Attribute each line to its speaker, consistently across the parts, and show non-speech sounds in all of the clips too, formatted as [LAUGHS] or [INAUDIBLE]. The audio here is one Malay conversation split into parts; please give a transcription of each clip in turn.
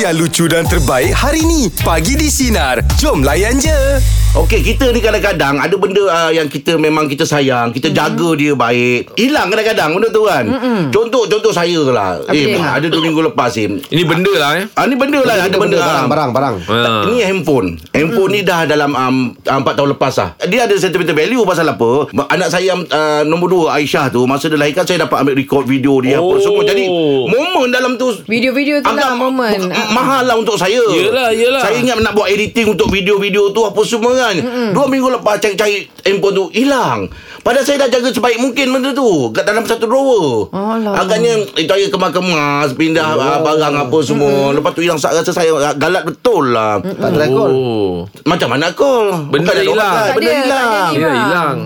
Speaker 1: yang lucu dan terbaik hari ni. Pagi di Sinar. Jom layan je.
Speaker 2: Okey, kita ni kadang-kadang ada benda uh, yang kita memang kita sayang, kita mm-hmm. jaga dia baik. Hilang kadang-kadang benda tu kan. Mm-hmm. Contoh contoh saya lah. Okay. Eh,
Speaker 3: Okey.
Speaker 2: ada dua minggu lepas ni.
Speaker 4: Ini benda lah eh.
Speaker 2: Ah, ni benda lah, ada benda.
Speaker 5: barang,
Speaker 2: ah.
Speaker 5: barang, barang.
Speaker 4: Ha.
Speaker 2: Ini handphone Handphone ni dah dalam um, 4 tahun lepas lah Dia ada sentimental value pasal apa Anak saya yang, uh, Nombor 2 Aisyah tu Masa dia lahirkan Saya dapat ambil record video dia oh.
Speaker 4: Oh.
Speaker 2: apa semua Jadi Momen dalam tu
Speaker 3: Video-video tu lah momen.
Speaker 2: ma- Mahal lah untuk saya
Speaker 4: Yelah, yelah.
Speaker 2: Saya ingat nak buat editing Untuk video-video tu Apa semua kan mm Dua minggu lepas Cari-cari handphone tu Hilang Padahal saya dah jaga sebaik mungkin benda tu Kat dalam satu drawer
Speaker 3: Alah.
Speaker 2: Agaknya Itu air kemas-kemas Pindah oh. barang apa semua mm Lepas tu hilang Sa- Rasa saya galat betul lah
Speaker 5: Tak ada rekod.
Speaker 4: Oh.
Speaker 2: Macam mana call
Speaker 4: Benda
Speaker 2: ada
Speaker 4: hilang.
Speaker 2: orang angkat,
Speaker 3: Tak
Speaker 2: Benda
Speaker 3: ada, tak
Speaker 2: hilang
Speaker 3: ada
Speaker 4: Ya,
Speaker 3: Hilang.
Speaker 4: hilang.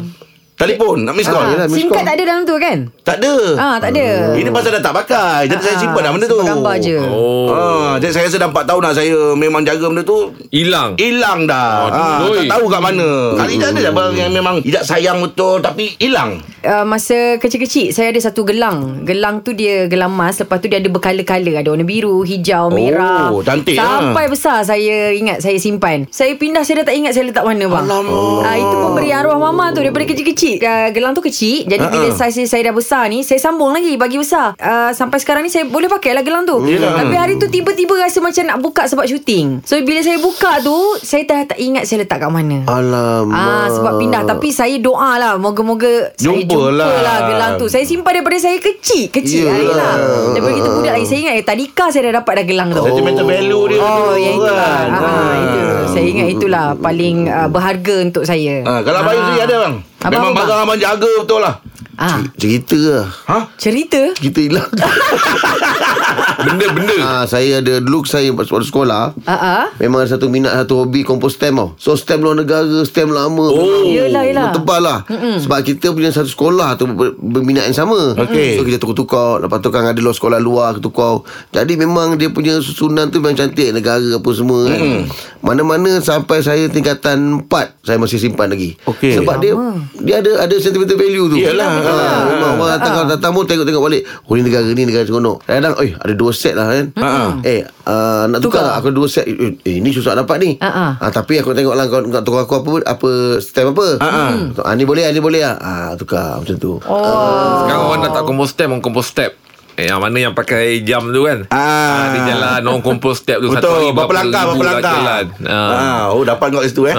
Speaker 2: Telefon Nak miss call
Speaker 5: Ah, yelah.
Speaker 3: SIM
Speaker 5: miss
Speaker 3: card
Speaker 5: call.
Speaker 3: tak ada dalam tu kan?
Speaker 2: Tak ada
Speaker 3: Ah, tak ada.
Speaker 2: Ini pasal dah tak pakai Jadi saya
Speaker 3: Ah,
Speaker 2: simpan dah benda tu
Speaker 3: simpan gambar je.
Speaker 4: Oh.
Speaker 2: Ah, jadi saya rasa dah 4 tahun dah saya memang jaga benda tu
Speaker 4: Hilang.
Speaker 2: Hilang dah
Speaker 4: Aduh,
Speaker 2: ah,
Speaker 4: oi.
Speaker 2: Tak tahu kat mana Kali ni ada dah barang yang memang Ijak sayang betul Tapi hilang
Speaker 3: Uh, masa kecil-kecil saya ada satu gelang. Gelang tu dia gelang emas, lepas tu dia ada berkala-kala, ada warna biru, hijau, merah.
Speaker 2: Oh, cantik ah.
Speaker 3: Sampai besar saya ingat saya simpan. Saya pindah saya dah tak ingat saya letak mana bang.
Speaker 2: Alamak.
Speaker 3: Ah, itu pemberi arwah mama tu daripada kecil-kecil. Uh, gelang tu kecil, jadi bila
Speaker 2: Ha-ha.
Speaker 3: saya saya dah besar ni, saya sambung lagi bagi besar. Uh, sampai sekarang ni saya boleh pakai lah gelang tu.
Speaker 2: Yelah.
Speaker 3: Tapi hari tu tiba-tiba rasa macam nak buka sebab syuting. So bila saya buka tu, saya dah tak ingat saya letak kat mana.
Speaker 5: Alamak.
Speaker 3: Ah sebab pindah tapi saya doa lah moga-moga saya
Speaker 2: Jumpa
Speaker 3: jumpa
Speaker 2: lah.
Speaker 3: lah. gelang tu. Saya simpan daripada saya kecil, kecil yeah.
Speaker 2: Yelah. Ah.
Speaker 3: lah. Daripada kita budak lagi saya ingat eh tadika saya dah dapat dah gelang tu.
Speaker 2: Sentimental value dia
Speaker 3: Oh,
Speaker 2: tu
Speaker 3: yang itulah.
Speaker 2: Oh, kan.
Speaker 3: Ah, ah,
Speaker 2: Ah.
Speaker 3: itu. Saya ingat itulah paling ah, berharga untuk saya.
Speaker 2: Ah, Kalau Abang Yusri ada bang
Speaker 3: Abang,
Speaker 2: Memang
Speaker 3: abang.
Speaker 2: barang abang jaga betul lah
Speaker 3: Ah,
Speaker 5: Cerita lah.
Speaker 2: Ha?
Speaker 3: cerita
Speaker 5: Cerita hilang.
Speaker 4: [LAUGHS] Benda-benda.
Speaker 5: ah, saya ada dulu saya waktu sekolah.
Speaker 3: Ah ah.
Speaker 5: Memang ada satu minat Satu hobi Kompos stem tau So stem luar negara Stem lama
Speaker 4: Oh.
Speaker 3: Yelah, yelah.
Speaker 5: Tebal lah Mm-mm. Sebab kita punya Satu sekolah tu ber- Berminat yang sama
Speaker 2: Okey.
Speaker 5: So kita tukar-tukar Lepas tu kan ada luar sekolah luar Tukar Jadi memang dia punya Susunan tu memang cantik Negara apa semua kan Mana-mana sampai saya Tingkatan 4 Saya masih simpan lagi
Speaker 2: Okey.
Speaker 5: Sebab dia Dia ada ada sentimental value tu
Speaker 2: Yelah.
Speaker 5: ha, Memang orang datang Kalau datang pun tengok-tengok balik Oh ni negara ni Negara seronok Kadang-kadang Eh ada dua set lah kan
Speaker 2: Ha.
Speaker 5: Eh ah, Nak
Speaker 3: Tukar.
Speaker 5: tukar, tak? Aku dua set Eh eh, ni susah dapat ni
Speaker 3: Ha, ha.
Speaker 5: Ah, Tapi aku tengok lah Kau kau tukar aku apa Apa stem apa Ah, Ni boleh ah, Ni boleh ah. Ah, Tukar macam tu Ah,
Speaker 3: Oh.
Speaker 4: Sekarang orang dah tak kompos step, orang kompos step. Eh, yang mana yang pakai jam tu kan?
Speaker 2: Ah.
Speaker 4: Dia jalan, orang kompos step tu. satu hari
Speaker 2: Betul Berapa langkah
Speaker 4: ribu
Speaker 2: Berapa
Speaker 4: dah
Speaker 2: langkah
Speaker 4: jalan. Ah.
Speaker 2: ah. Oh dapat kau kat situ eh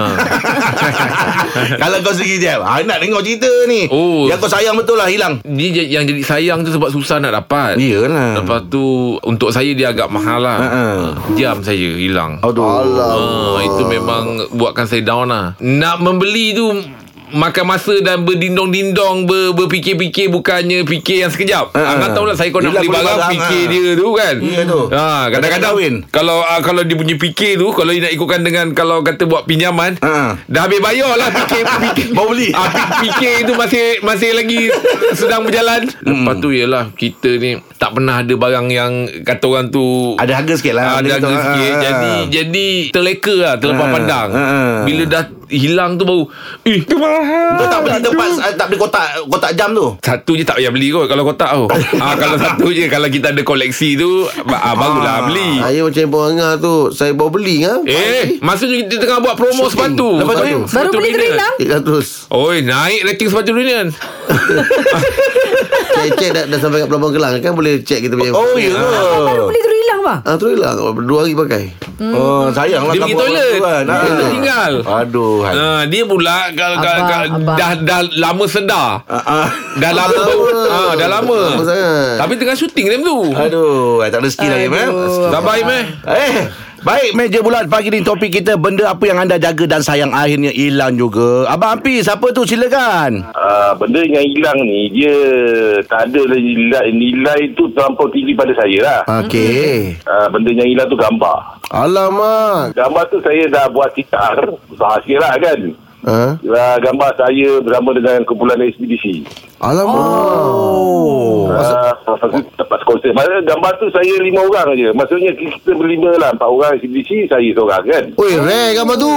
Speaker 2: [LAUGHS] Kalau kau sendiri je ah, Nak dengar cerita ni
Speaker 4: Oh.
Speaker 2: Yang kau sayang betul lah Hilang
Speaker 4: Ni je- yang jadi sayang tu sebab susah nak dapat.
Speaker 2: Iyalah.
Speaker 4: Lepas tu untuk saya dia agak mahal lah.
Speaker 2: Ha-ha.
Speaker 4: Jam saya hilang.
Speaker 2: Ha, Aduh
Speaker 5: Alah
Speaker 4: Ah, itu memang buatkan saya down lah. Nak membeli tu makan masa dan berdindong-dindong ber, berfikir-fikir bukannya fikir yang sekejap.
Speaker 2: Ha, ha.
Speaker 4: Ha, Abang tahu lah saya kalau nak
Speaker 2: Yelah,
Speaker 4: beli
Speaker 2: beli
Speaker 4: barang
Speaker 2: barang,
Speaker 4: fikir
Speaker 2: ha.
Speaker 4: dia tu kan.
Speaker 2: Ya, tu.
Speaker 4: Ha, kadang-kadang
Speaker 2: Kahwin.
Speaker 4: kalau ah, kalau dia punya fikir tu kalau dia nak ikutkan dengan kalau kata buat pinjaman
Speaker 2: Ha.
Speaker 4: dah habis bayar lah
Speaker 2: [LAUGHS]
Speaker 4: fikir fikir
Speaker 2: Mau beli
Speaker 4: Ah, pi- fikir itu masih masih lagi sedang berjalan. Lepas tu
Speaker 2: Hmm.
Speaker 4: ialah kita ni tak pernah ada barang yang kata orang tu
Speaker 2: Ada harga sikit lah
Speaker 4: ah, ada harga sikit. Jadi jadi terleka lah terlepas
Speaker 2: Ah,
Speaker 4: pandang.
Speaker 2: ah, ah.
Speaker 4: Bila dah hilang tu baru eh tu mahal.
Speaker 2: Kau tak beli tempat ah, Tak beli kotak Kotak jam tu
Speaker 4: Satu je tak payah beli kot Kalau kotak
Speaker 2: [LAUGHS]
Speaker 4: tu ah, Kalau satu je Kalau kita ada koleksi tu ah, Barulah beli
Speaker 5: Saya macam Ibu Angah tu Saya baru beli kan
Speaker 4: Eh Masa tu kita tengah buat promo sepatu
Speaker 2: Lepas tu,
Speaker 4: Sepatu-
Speaker 3: Baru
Speaker 4: sepatu
Speaker 3: beli
Speaker 4: Renan.
Speaker 3: terhilang.
Speaker 5: Hilang lah terus
Speaker 4: Oi naik rating sepatu Renan
Speaker 5: Cek-cek dah, dah sampai kat Pelabuhan Kelang Kan boleh cek kita punya
Speaker 2: Oh ya ke
Speaker 3: Baru beli tu hilang bang.
Speaker 5: Ah, tu hilang Dua hari pakai
Speaker 2: Oh sayang lah
Speaker 4: Dia pergi
Speaker 2: kamu
Speaker 4: toilet.
Speaker 2: tu kan.
Speaker 4: Dia
Speaker 2: Ah.
Speaker 4: tak tinggal.
Speaker 2: Aduh hai.
Speaker 4: Ah, dia pula kalau kalau
Speaker 3: Abang,
Speaker 4: kalau-
Speaker 3: abang.
Speaker 4: dah dah lama sedar.
Speaker 2: Ah, ah.
Speaker 4: Dah lama baru ah, dah lama.
Speaker 5: Lama sangat.
Speaker 4: Tapi tengah syuting time tu.
Speaker 2: Ah, Aduh hai, Tak ada skill lagi man.
Speaker 4: Sabar Im eh.
Speaker 2: Eh Baik meja bulat pagi ni topik kita benda apa yang anda jaga dan sayang akhirnya hilang juga. Abang Ampi siapa tu silakan.
Speaker 6: Ah, benda yang hilang ni dia tak ada lagi nilai nilai tu terlampau tinggi pada saya lah.
Speaker 2: Hmm.
Speaker 5: Okey
Speaker 6: Ah, benda yang hilang tu gambar.
Speaker 5: Alamak
Speaker 6: Gambar tu saya dah buat tikar usaha sikit lah kan.
Speaker 5: ha?
Speaker 6: Ah, gambar saya bersama dengan kumpulan ekspedisi.
Speaker 5: Alamak
Speaker 6: Oh, ah, masa tu dapat konsep. Masa gambar tu saya lima orang aje. Maksudnya kita berlima lah. Empat orang ekspedisi, saya seorang kan.
Speaker 2: Oh.
Speaker 5: Oi, rare gambar tu.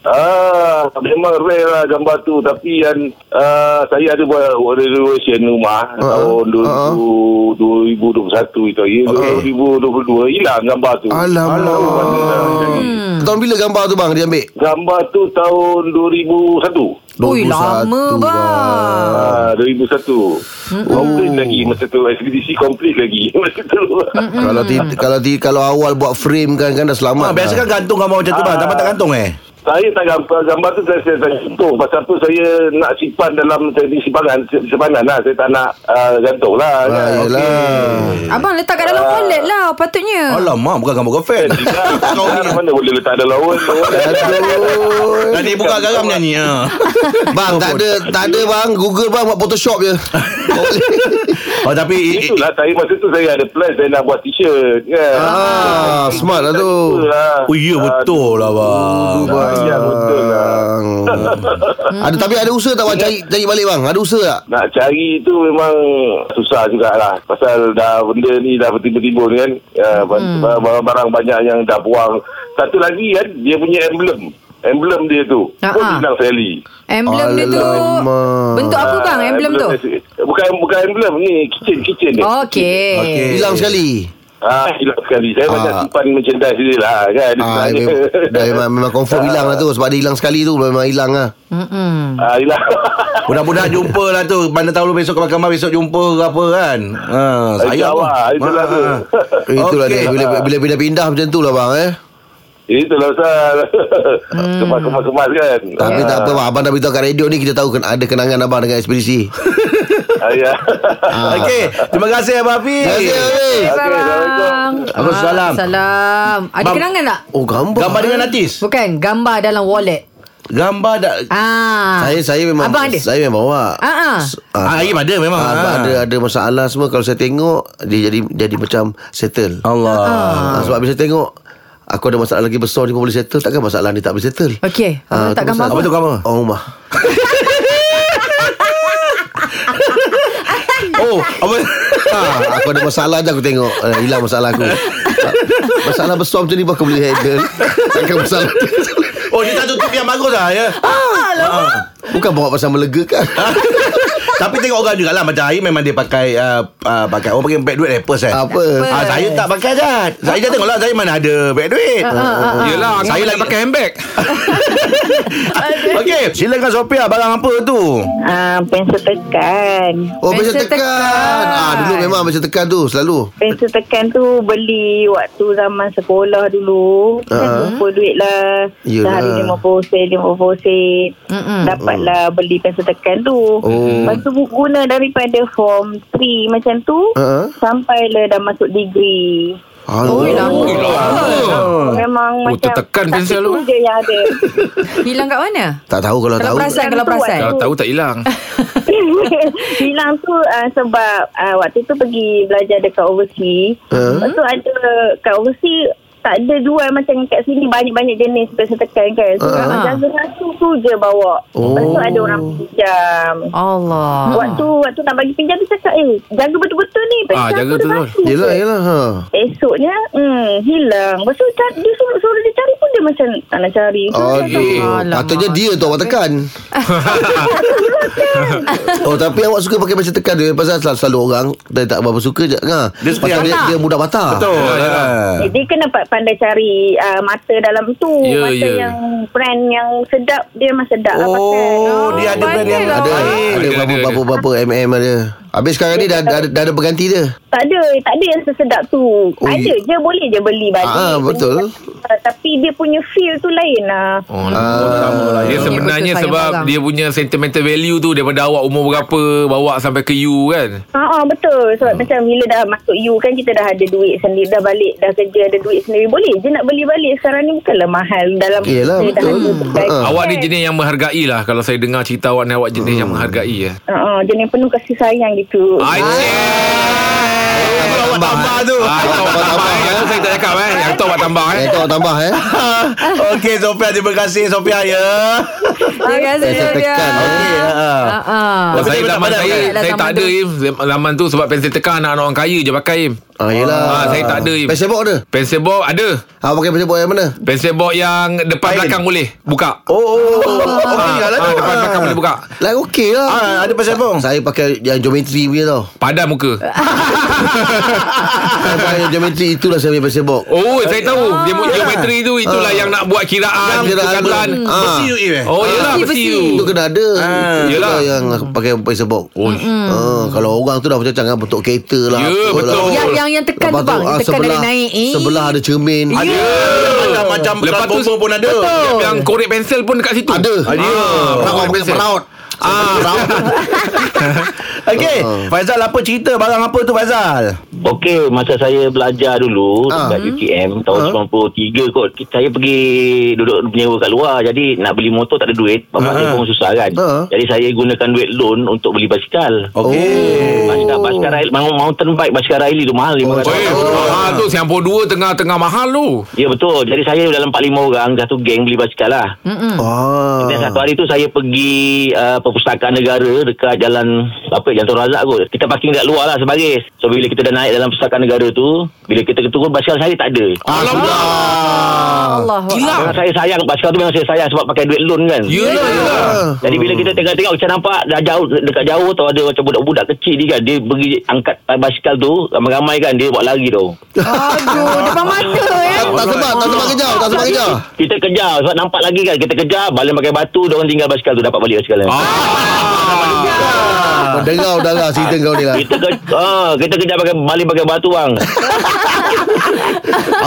Speaker 6: Ah, memang rare lah gambar tu tapi yang ah, saya ada buat renovation rumah
Speaker 5: Ah,
Speaker 6: uh-huh. tahun
Speaker 5: ah.
Speaker 6: 2000, 2021 itu ya.
Speaker 5: Okey.
Speaker 6: 2022 hilang gambar tu.
Speaker 5: Alamak.
Speaker 6: mana dah jadi.
Speaker 3: Hmm.
Speaker 5: Tahun bila gambar tu bang dia ambil?
Speaker 6: Gambar tu tahun 2001.
Speaker 3: Ui,
Speaker 5: 21,
Speaker 3: lama bang.
Speaker 6: Ah, 2001.
Speaker 5: Hmm.
Speaker 6: Complete lagi masa tu. Ekspedisi complete lagi [LAUGHS] masa tu.
Speaker 5: Kalau ti, kalau ti, kalau awal buat frame kan kan dah
Speaker 2: Ah,
Speaker 5: selamat.
Speaker 2: biasa
Speaker 5: dah.
Speaker 2: kan gantung gambar macam tu bang. Abang tak gantung eh?
Speaker 6: Saya tak gambar, gambar tu saya, saya, saya sentuh. Pasal tu saya nak simpan dalam teknik simpanan, simpanan lah. Saya tak nak uh, gantung lah.
Speaker 5: Ah, yelah.
Speaker 3: Abang letak kat
Speaker 2: Ah.
Speaker 3: dalam wallet lah patutnya.
Speaker 5: Ah.
Speaker 2: Alamak, bukan gambar girlfriend.
Speaker 6: [LAUGHS] Eh, Kau mana boleh letak dalam lawan
Speaker 5: Aduh.
Speaker 2: [LAUGHS] Nanti buka garam nyanyi. Ha.
Speaker 5: Bang tak ada tak ada bang Google bang buat Photoshop
Speaker 2: [LAUGHS]
Speaker 5: je.
Speaker 2: Oh, tapi... i- i-
Speaker 6: Itulah saya masa tu saya ada plan saya nak buat t-shirt kan.
Speaker 5: Ah, smart lah tu.
Speaker 2: Oh, ya betul lah bang.
Speaker 6: Ah, ya, betul lah.
Speaker 5: Bang. ada tapi ada usaha tak bang cari cari balik bang? Ada usaha tak?
Speaker 6: Nak cari tu memang susah jugalah. Pasal dah benda ni dah bertimbun-timbun kan.
Speaker 3: Hmm.
Speaker 6: Ya, ba- Barang-barang banyak yang dah buang. Satu lagi kan, dia punya emblem. Emblem dia tu.
Speaker 3: Ha,
Speaker 6: Pun
Speaker 3: ha.
Speaker 6: hilang sekali.
Speaker 3: Emblem dia tu
Speaker 5: Alamak.
Speaker 3: bentuk apa
Speaker 6: Ah,
Speaker 3: bang emblem tu? Oh,
Speaker 6: dia- Bukan bukan emblem ni, kitchen-kitchen ni.
Speaker 3: Okey.
Speaker 2: Okey.
Speaker 5: Hilang sekali.
Speaker 6: Ah, hilang sekali. Saya
Speaker 5: Ah.
Speaker 6: banyak simpan merchandise dia lah kan.
Speaker 5: Ah,
Speaker 6: Sebenarnya.
Speaker 5: memang, dah memang, memang confirm hilang lah tu Sebab dia hilang sekali tu Memang hilang lah
Speaker 3: Mm-mm.
Speaker 6: [LAUGHS] Ah, hilang.
Speaker 2: Mudah-mudahan jumpa lah tu. Mana tahu lu besok ke mahkamah besok jumpa ke apa kan. Ha, saya
Speaker 6: Insya
Speaker 5: Ah,
Speaker 6: Allah,
Speaker 2: Ah,
Speaker 6: itulah lah tu. [LAUGHS]
Speaker 5: Itulah
Speaker 2: Okey.
Speaker 5: dia Bila bila pindah-pindah macam tu lah bang eh
Speaker 6: Itulah pasal. lah,
Speaker 7: Hmm.
Speaker 6: Kemas-kemas-kemas kan. [LAUGHS]
Speaker 5: Tapi
Speaker 6: Ah.
Speaker 5: tak apa bang Abang dah beritahu kat radio ni Kita tahu ken- ada kenangan abang dengan ekspedisi
Speaker 6: Ah, ya.
Speaker 2: Okey, terima kasih Abang Hafiz.
Speaker 5: Terima kasih Hafiz.
Speaker 3: Okay,
Speaker 6: Assalamualaikum.
Speaker 2: Waalaikumsalam.
Speaker 3: Salam. Ada
Speaker 2: Bang-
Speaker 3: kenangan tak?
Speaker 5: Oh gambar
Speaker 2: Gambar dengan artis.
Speaker 3: Bukan gambar dalam wallet.
Speaker 2: Gambar dah
Speaker 3: Ah.
Speaker 5: Saya saya memang
Speaker 3: Abang ada.
Speaker 5: Saya memang bawa
Speaker 3: Ah, ah.
Speaker 5: Ah,
Speaker 2: Ah, Aim ada memang.
Speaker 5: Ah,
Speaker 2: Ah,
Speaker 5: abang ada ada masalah semua kalau saya tengok dia jadi jadi macam settle.
Speaker 2: Allah.
Speaker 5: Ah. sebab bila saya tengok aku ada masalah lagi besar ni pun boleh settle takkan masalah ni tak boleh settle.
Speaker 3: Okey. Abang letak
Speaker 5: tu
Speaker 3: gambar
Speaker 2: apa?
Speaker 5: masalah.
Speaker 2: Apa tu gambar?
Speaker 5: Oh rumah.
Speaker 2: Oh, apa?
Speaker 5: [LAUGHS]
Speaker 2: [LAUGHS]
Speaker 5: ah, aku ada masalah je aku tengok uh, hilang masalah [LAUGHS] aku. Ah, masalah besar macam ni pun aku boleh handle. Takkan [LAUGHS] masalah.
Speaker 2: Oh, dia tak tutup yang bagus lah ya.
Speaker 5: Ah, Bukan bawa pasal melegakan.
Speaker 2: Tapi tengok orang juga lah Macam Aim memang dia pakai uh, uh, pakai Orang panggil bag duit Rappers eh
Speaker 5: Apa?
Speaker 2: Ah, saya tak pakai Zat Saya dah tengok lah Saya mana ada bag duit
Speaker 3: Ah,
Speaker 4: Yelah Angah
Speaker 2: Saya
Speaker 4: saya
Speaker 2: lagi-
Speaker 4: pakai handbag
Speaker 2: [LAUGHS] Okey Silakan Sophia Barang apa tu
Speaker 8: Ah, pensel tekan.
Speaker 5: Oh,
Speaker 3: Pencil
Speaker 5: pencil tekan.
Speaker 3: tekan.
Speaker 5: Ah, dulu memang pencil tekan tu selalu.
Speaker 8: Pensel tekan tu beli waktu zaman sekolah dulu. Kan
Speaker 5: Ah.
Speaker 8: jumpa duit lah.
Speaker 5: Yelah.
Speaker 8: Sehari 50 sen, 50 sen.
Speaker 3: Mm-mm.
Speaker 8: Dapatlah beli pensel tekan tu.
Speaker 5: Oh.
Speaker 8: Lepas tu guna daripada form 3 macam tu.
Speaker 5: Ah.
Speaker 8: Sampai lah dah masuk degree.
Speaker 3: Oh,
Speaker 5: Alah.
Speaker 3: hilang.
Speaker 4: Ah.
Speaker 8: Memang
Speaker 4: Oh,
Speaker 8: macam tak
Speaker 4: tertekan pensel
Speaker 8: itu
Speaker 4: tu.
Speaker 8: je yang ada.
Speaker 3: Hilang kat mana?
Speaker 5: Tak tahu kalau
Speaker 3: Kalau
Speaker 5: tahu.
Speaker 3: perasan, kalau perasan.
Speaker 4: Kalau tahu tak hilang
Speaker 8: [LAUGHS] Hilang tu uh, sebab uh, waktu tu pergi belajar dekat overseas.
Speaker 5: Ah.
Speaker 8: Lepas tu ada kat overseas tak ada jual macam kat sini banyak-banyak jenis pasal tekan kan. So,
Speaker 5: Ah.
Speaker 8: uh-huh. satu tu je bawa. Oh. Lepas tu ada orang pinjam.
Speaker 3: Allah.
Speaker 8: Waktu waktu nak bagi pinjam dia cakap eh jaga betul-betul ni.
Speaker 4: Ah,
Speaker 8: pasal
Speaker 4: jaga
Speaker 8: aku ada
Speaker 4: betul.
Speaker 8: satu je."
Speaker 5: Yelah, yelah. Ha.
Speaker 8: Esoknya hmm, hilang. Lepas tu ca- dia suruh, suruh dia cari pun dia macam tak nak cari. So,
Speaker 5: Oh.
Speaker 8: dia macam,
Speaker 5: Aduh
Speaker 3: Alamak.
Speaker 5: Patutnya dia tu awak tekan [LAUGHS] Oh tapi awak suka pakai macam tekan dia Pasal selalu, selalu orang Dia tak berapa suka je ha.
Speaker 2: Dia suka
Speaker 5: Pasal dia,
Speaker 2: patah.
Speaker 5: dia mudah patah
Speaker 2: Betul
Speaker 8: Eh, dia kena pa- pandai cari uh, mata dalam tu.
Speaker 4: Ya,
Speaker 8: mata
Speaker 4: ya.
Speaker 8: yang brand yang sedap, dia memang sedap lah pakai.
Speaker 2: Oh dia ada brand yang Baik.
Speaker 5: Ada Ada
Speaker 4: Ada, ada, ada.
Speaker 5: berapa-berapa MM ada Habis sekarang ni dah, dah, ada- dah ada pengganti dia
Speaker 8: Tak ada, tak ada yang sesedap tu.
Speaker 5: Oh,
Speaker 8: ada
Speaker 5: ya.
Speaker 8: je, boleh je beli balik.
Speaker 5: Ah, betul.
Speaker 8: Ah, tapi dia punya feel tu lain lah.
Speaker 4: Oh,
Speaker 5: Ah.
Speaker 4: dia sebenarnya
Speaker 3: Betul, sayang
Speaker 4: sebab
Speaker 3: barang.
Speaker 4: dia punya sentimental value tu daripada awak umur berapa bawa sampai ke you kan.
Speaker 8: Ha ah, betul. Sebab
Speaker 5: Hmm.
Speaker 8: macam bila dah masuk you kan kita dah ada duit sendiri, dah balik, dah kerja ada duit sendiri. Boleh je nak beli balik. Sekarang ni bukanlah mahal dalam
Speaker 5: Yelah,
Speaker 8: kita dah
Speaker 5: lah, betul.
Speaker 8: ada berbagai-
Speaker 5: Ah.
Speaker 4: Awak ni jenis yang menghargai lah kalau saya dengar cerita awak ni awak jenis yang menghargai ya.
Speaker 8: Ha, ah, jenis penuh kasih sayang gitu.
Speaker 4: Ah. Aisyah.
Speaker 2: Awak tambah tu
Speaker 4: Ah, itu awak tambah eh. Saya tak cakap eh. Yang tu awak tambah eh.
Speaker 5: Eh tu awak tambah eh
Speaker 2: [LAUGHS] Okey Sophia Terima kasih Sophia ya
Speaker 3: Terima kasih.
Speaker 5: Pencil
Speaker 3: Sylvia.
Speaker 5: tekan eh.
Speaker 2: Ya
Speaker 3: Ah, ah.
Speaker 4: Kalau
Speaker 2: Tapi
Speaker 4: saya
Speaker 2: dia tak
Speaker 4: zaman
Speaker 2: pandai
Speaker 4: saya
Speaker 3: pakai.
Speaker 4: saya
Speaker 3: Zaman
Speaker 4: tak ada
Speaker 3: tu.
Speaker 4: Im zaman tu sebab pensel tekan anak-anak orang kaya je pakai Im.
Speaker 5: Ah, yelah.
Speaker 4: Ah, saya tak ada, Im.
Speaker 5: Pencil box ada?
Speaker 4: Pencil box ada.
Speaker 5: Ah, pakai pencil box yang mana?
Speaker 4: Pencil box yang depan
Speaker 2: Kain.
Speaker 4: belakang boleh buka.
Speaker 2: Oh, oh, oh. Okey lah
Speaker 4: ah,
Speaker 2: tu.
Speaker 4: depan belakang boleh buka.
Speaker 5: Lain okey lah.
Speaker 2: Ah, ada pencil box?
Speaker 5: Sa- Saya pakai yang geometri punya tau.
Speaker 4: Padan muka.
Speaker 5: saya pakai yang geometri itulah saya punya pencil box.
Speaker 4: Oh, saya tahu. Dia buat geometri tu itulah yang nak buat kiraan,
Speaker 5: Yang kiraan
Speaker 4: perkataan.
Speaker 5: tu.
Speaker 4: Ah.
Speaker 2: Besi tu, Im, eh?
Speaker 4: Oh, yalah
Speaker 3: Besi,
Speaker 4: besi tu.
Speaker 3: besi.
Speaker 5: Itu kena ada
Speaker 2: Ah,
Speaker 5: Itulah
Speaker 4: yelah.
Speaker 5: yang pakai pencil box
Speaker 4: Oh,
Speaker 5: ah, Kalau orang tu dah macam jangan bentuk kereta lah
Speaker 4: Ya,
Speaker 5: apa
Speaker 4: betul.
Speaker 5: lah.
Speaker 3: Yang yang yang tekan tu
Speaker 5: Lepas
Speaker 3: bang,
Speaker 5: ah,
Speaker 3: yang tekan dari naik. Eh.
Speaker 5: Sebelah ada cermin
Speaker 2: Ada macam-macam
Speaker 4: Lepas tu
Speaker 2: transformer pun ada.
Speaker 4: Yang, yang korek pensel pun dekat situ.
Speaker 5: Ada.
Speaker 4: Ah,
Speaker 2: Peraut,
Speaker 4: korek pensel.
Speaker 2: peraut.
Speaker 4: Ah,
Speaker 2: [LAUGHS] Okey, Faizal apa cerita barang apa tu Faizal?
Speaker 7: [LAUGHS] Okey, masa saya belajar dulu
Speaker 6: Hmm.
Speaker 7: uh.
Speaker 5: Ah.
Speaker 7: dekat UKM tahun uh. 93 kot. Kita- Saya pergi duduk menyewa kat luar. Jadi nak beli motor tak ada duit. Bapak saya pun susah kan.
Speaker 5: Ah. Oh.
Speaker 7: Jadi saya gunakan duit loan untuk beli basikal.
Speaker 2: Okey.
Speaker 7: Basikal, basikal rail, mau- mountain bike, basikal raili tu mahal. RM500.
Speaker 4: Eh, mahal tu Siampo dua tengah-tengah mahal tu.
Speaker 7: Ya betul. Jadi saya dalam 4-5 orang satu geng beli basikal lah.
Speaker 3: Mm-mm.
Speaker 5: ah.
Speaker 7: Dan satu hari tu saya pergi uh, perpustakaan negara dekat jalan apa Jalan Tun Razak kot. Kita parking dekat luar lah sebaris. So bila kita dah naik dalam perpustakaan negara tu, bila kita turun basikal saya tak ada.
Speaker 4: Ah. Alamak.
Speaker 3: Allah.
Speaker 4: Gila.
Speaker 7: Memang saya sayang basikal tu memang saya sayang sebab pakai duit loan kan.
Speaker 4: Yelah, yelah.
Speaker 7: Jadi bila kita tengok-tengok macam nampak dah jauh dekat jauh tu ada macam budak-budak kecil ni kan dia pergi angkat uh, basikal tu ramai-ramai kan dia buat lari tu.
Speaker 3: Aduh, depan mata eh.
Speaker 5: Tak, Ah. tak sebab Tak sebab kejar Tak sebab kejar
Speaker 7: Kita kejar sebab nampak lagi kan kita kejar balik pakai batu dia orang tinggal basikal tu dapat balik basikal. Ah.
Speaker 5: Menderau darah cerita kau ni lah
Speaker 7: Kita ke, [LAUGHS] ah, kita kejar pakai balik pakai batu bang.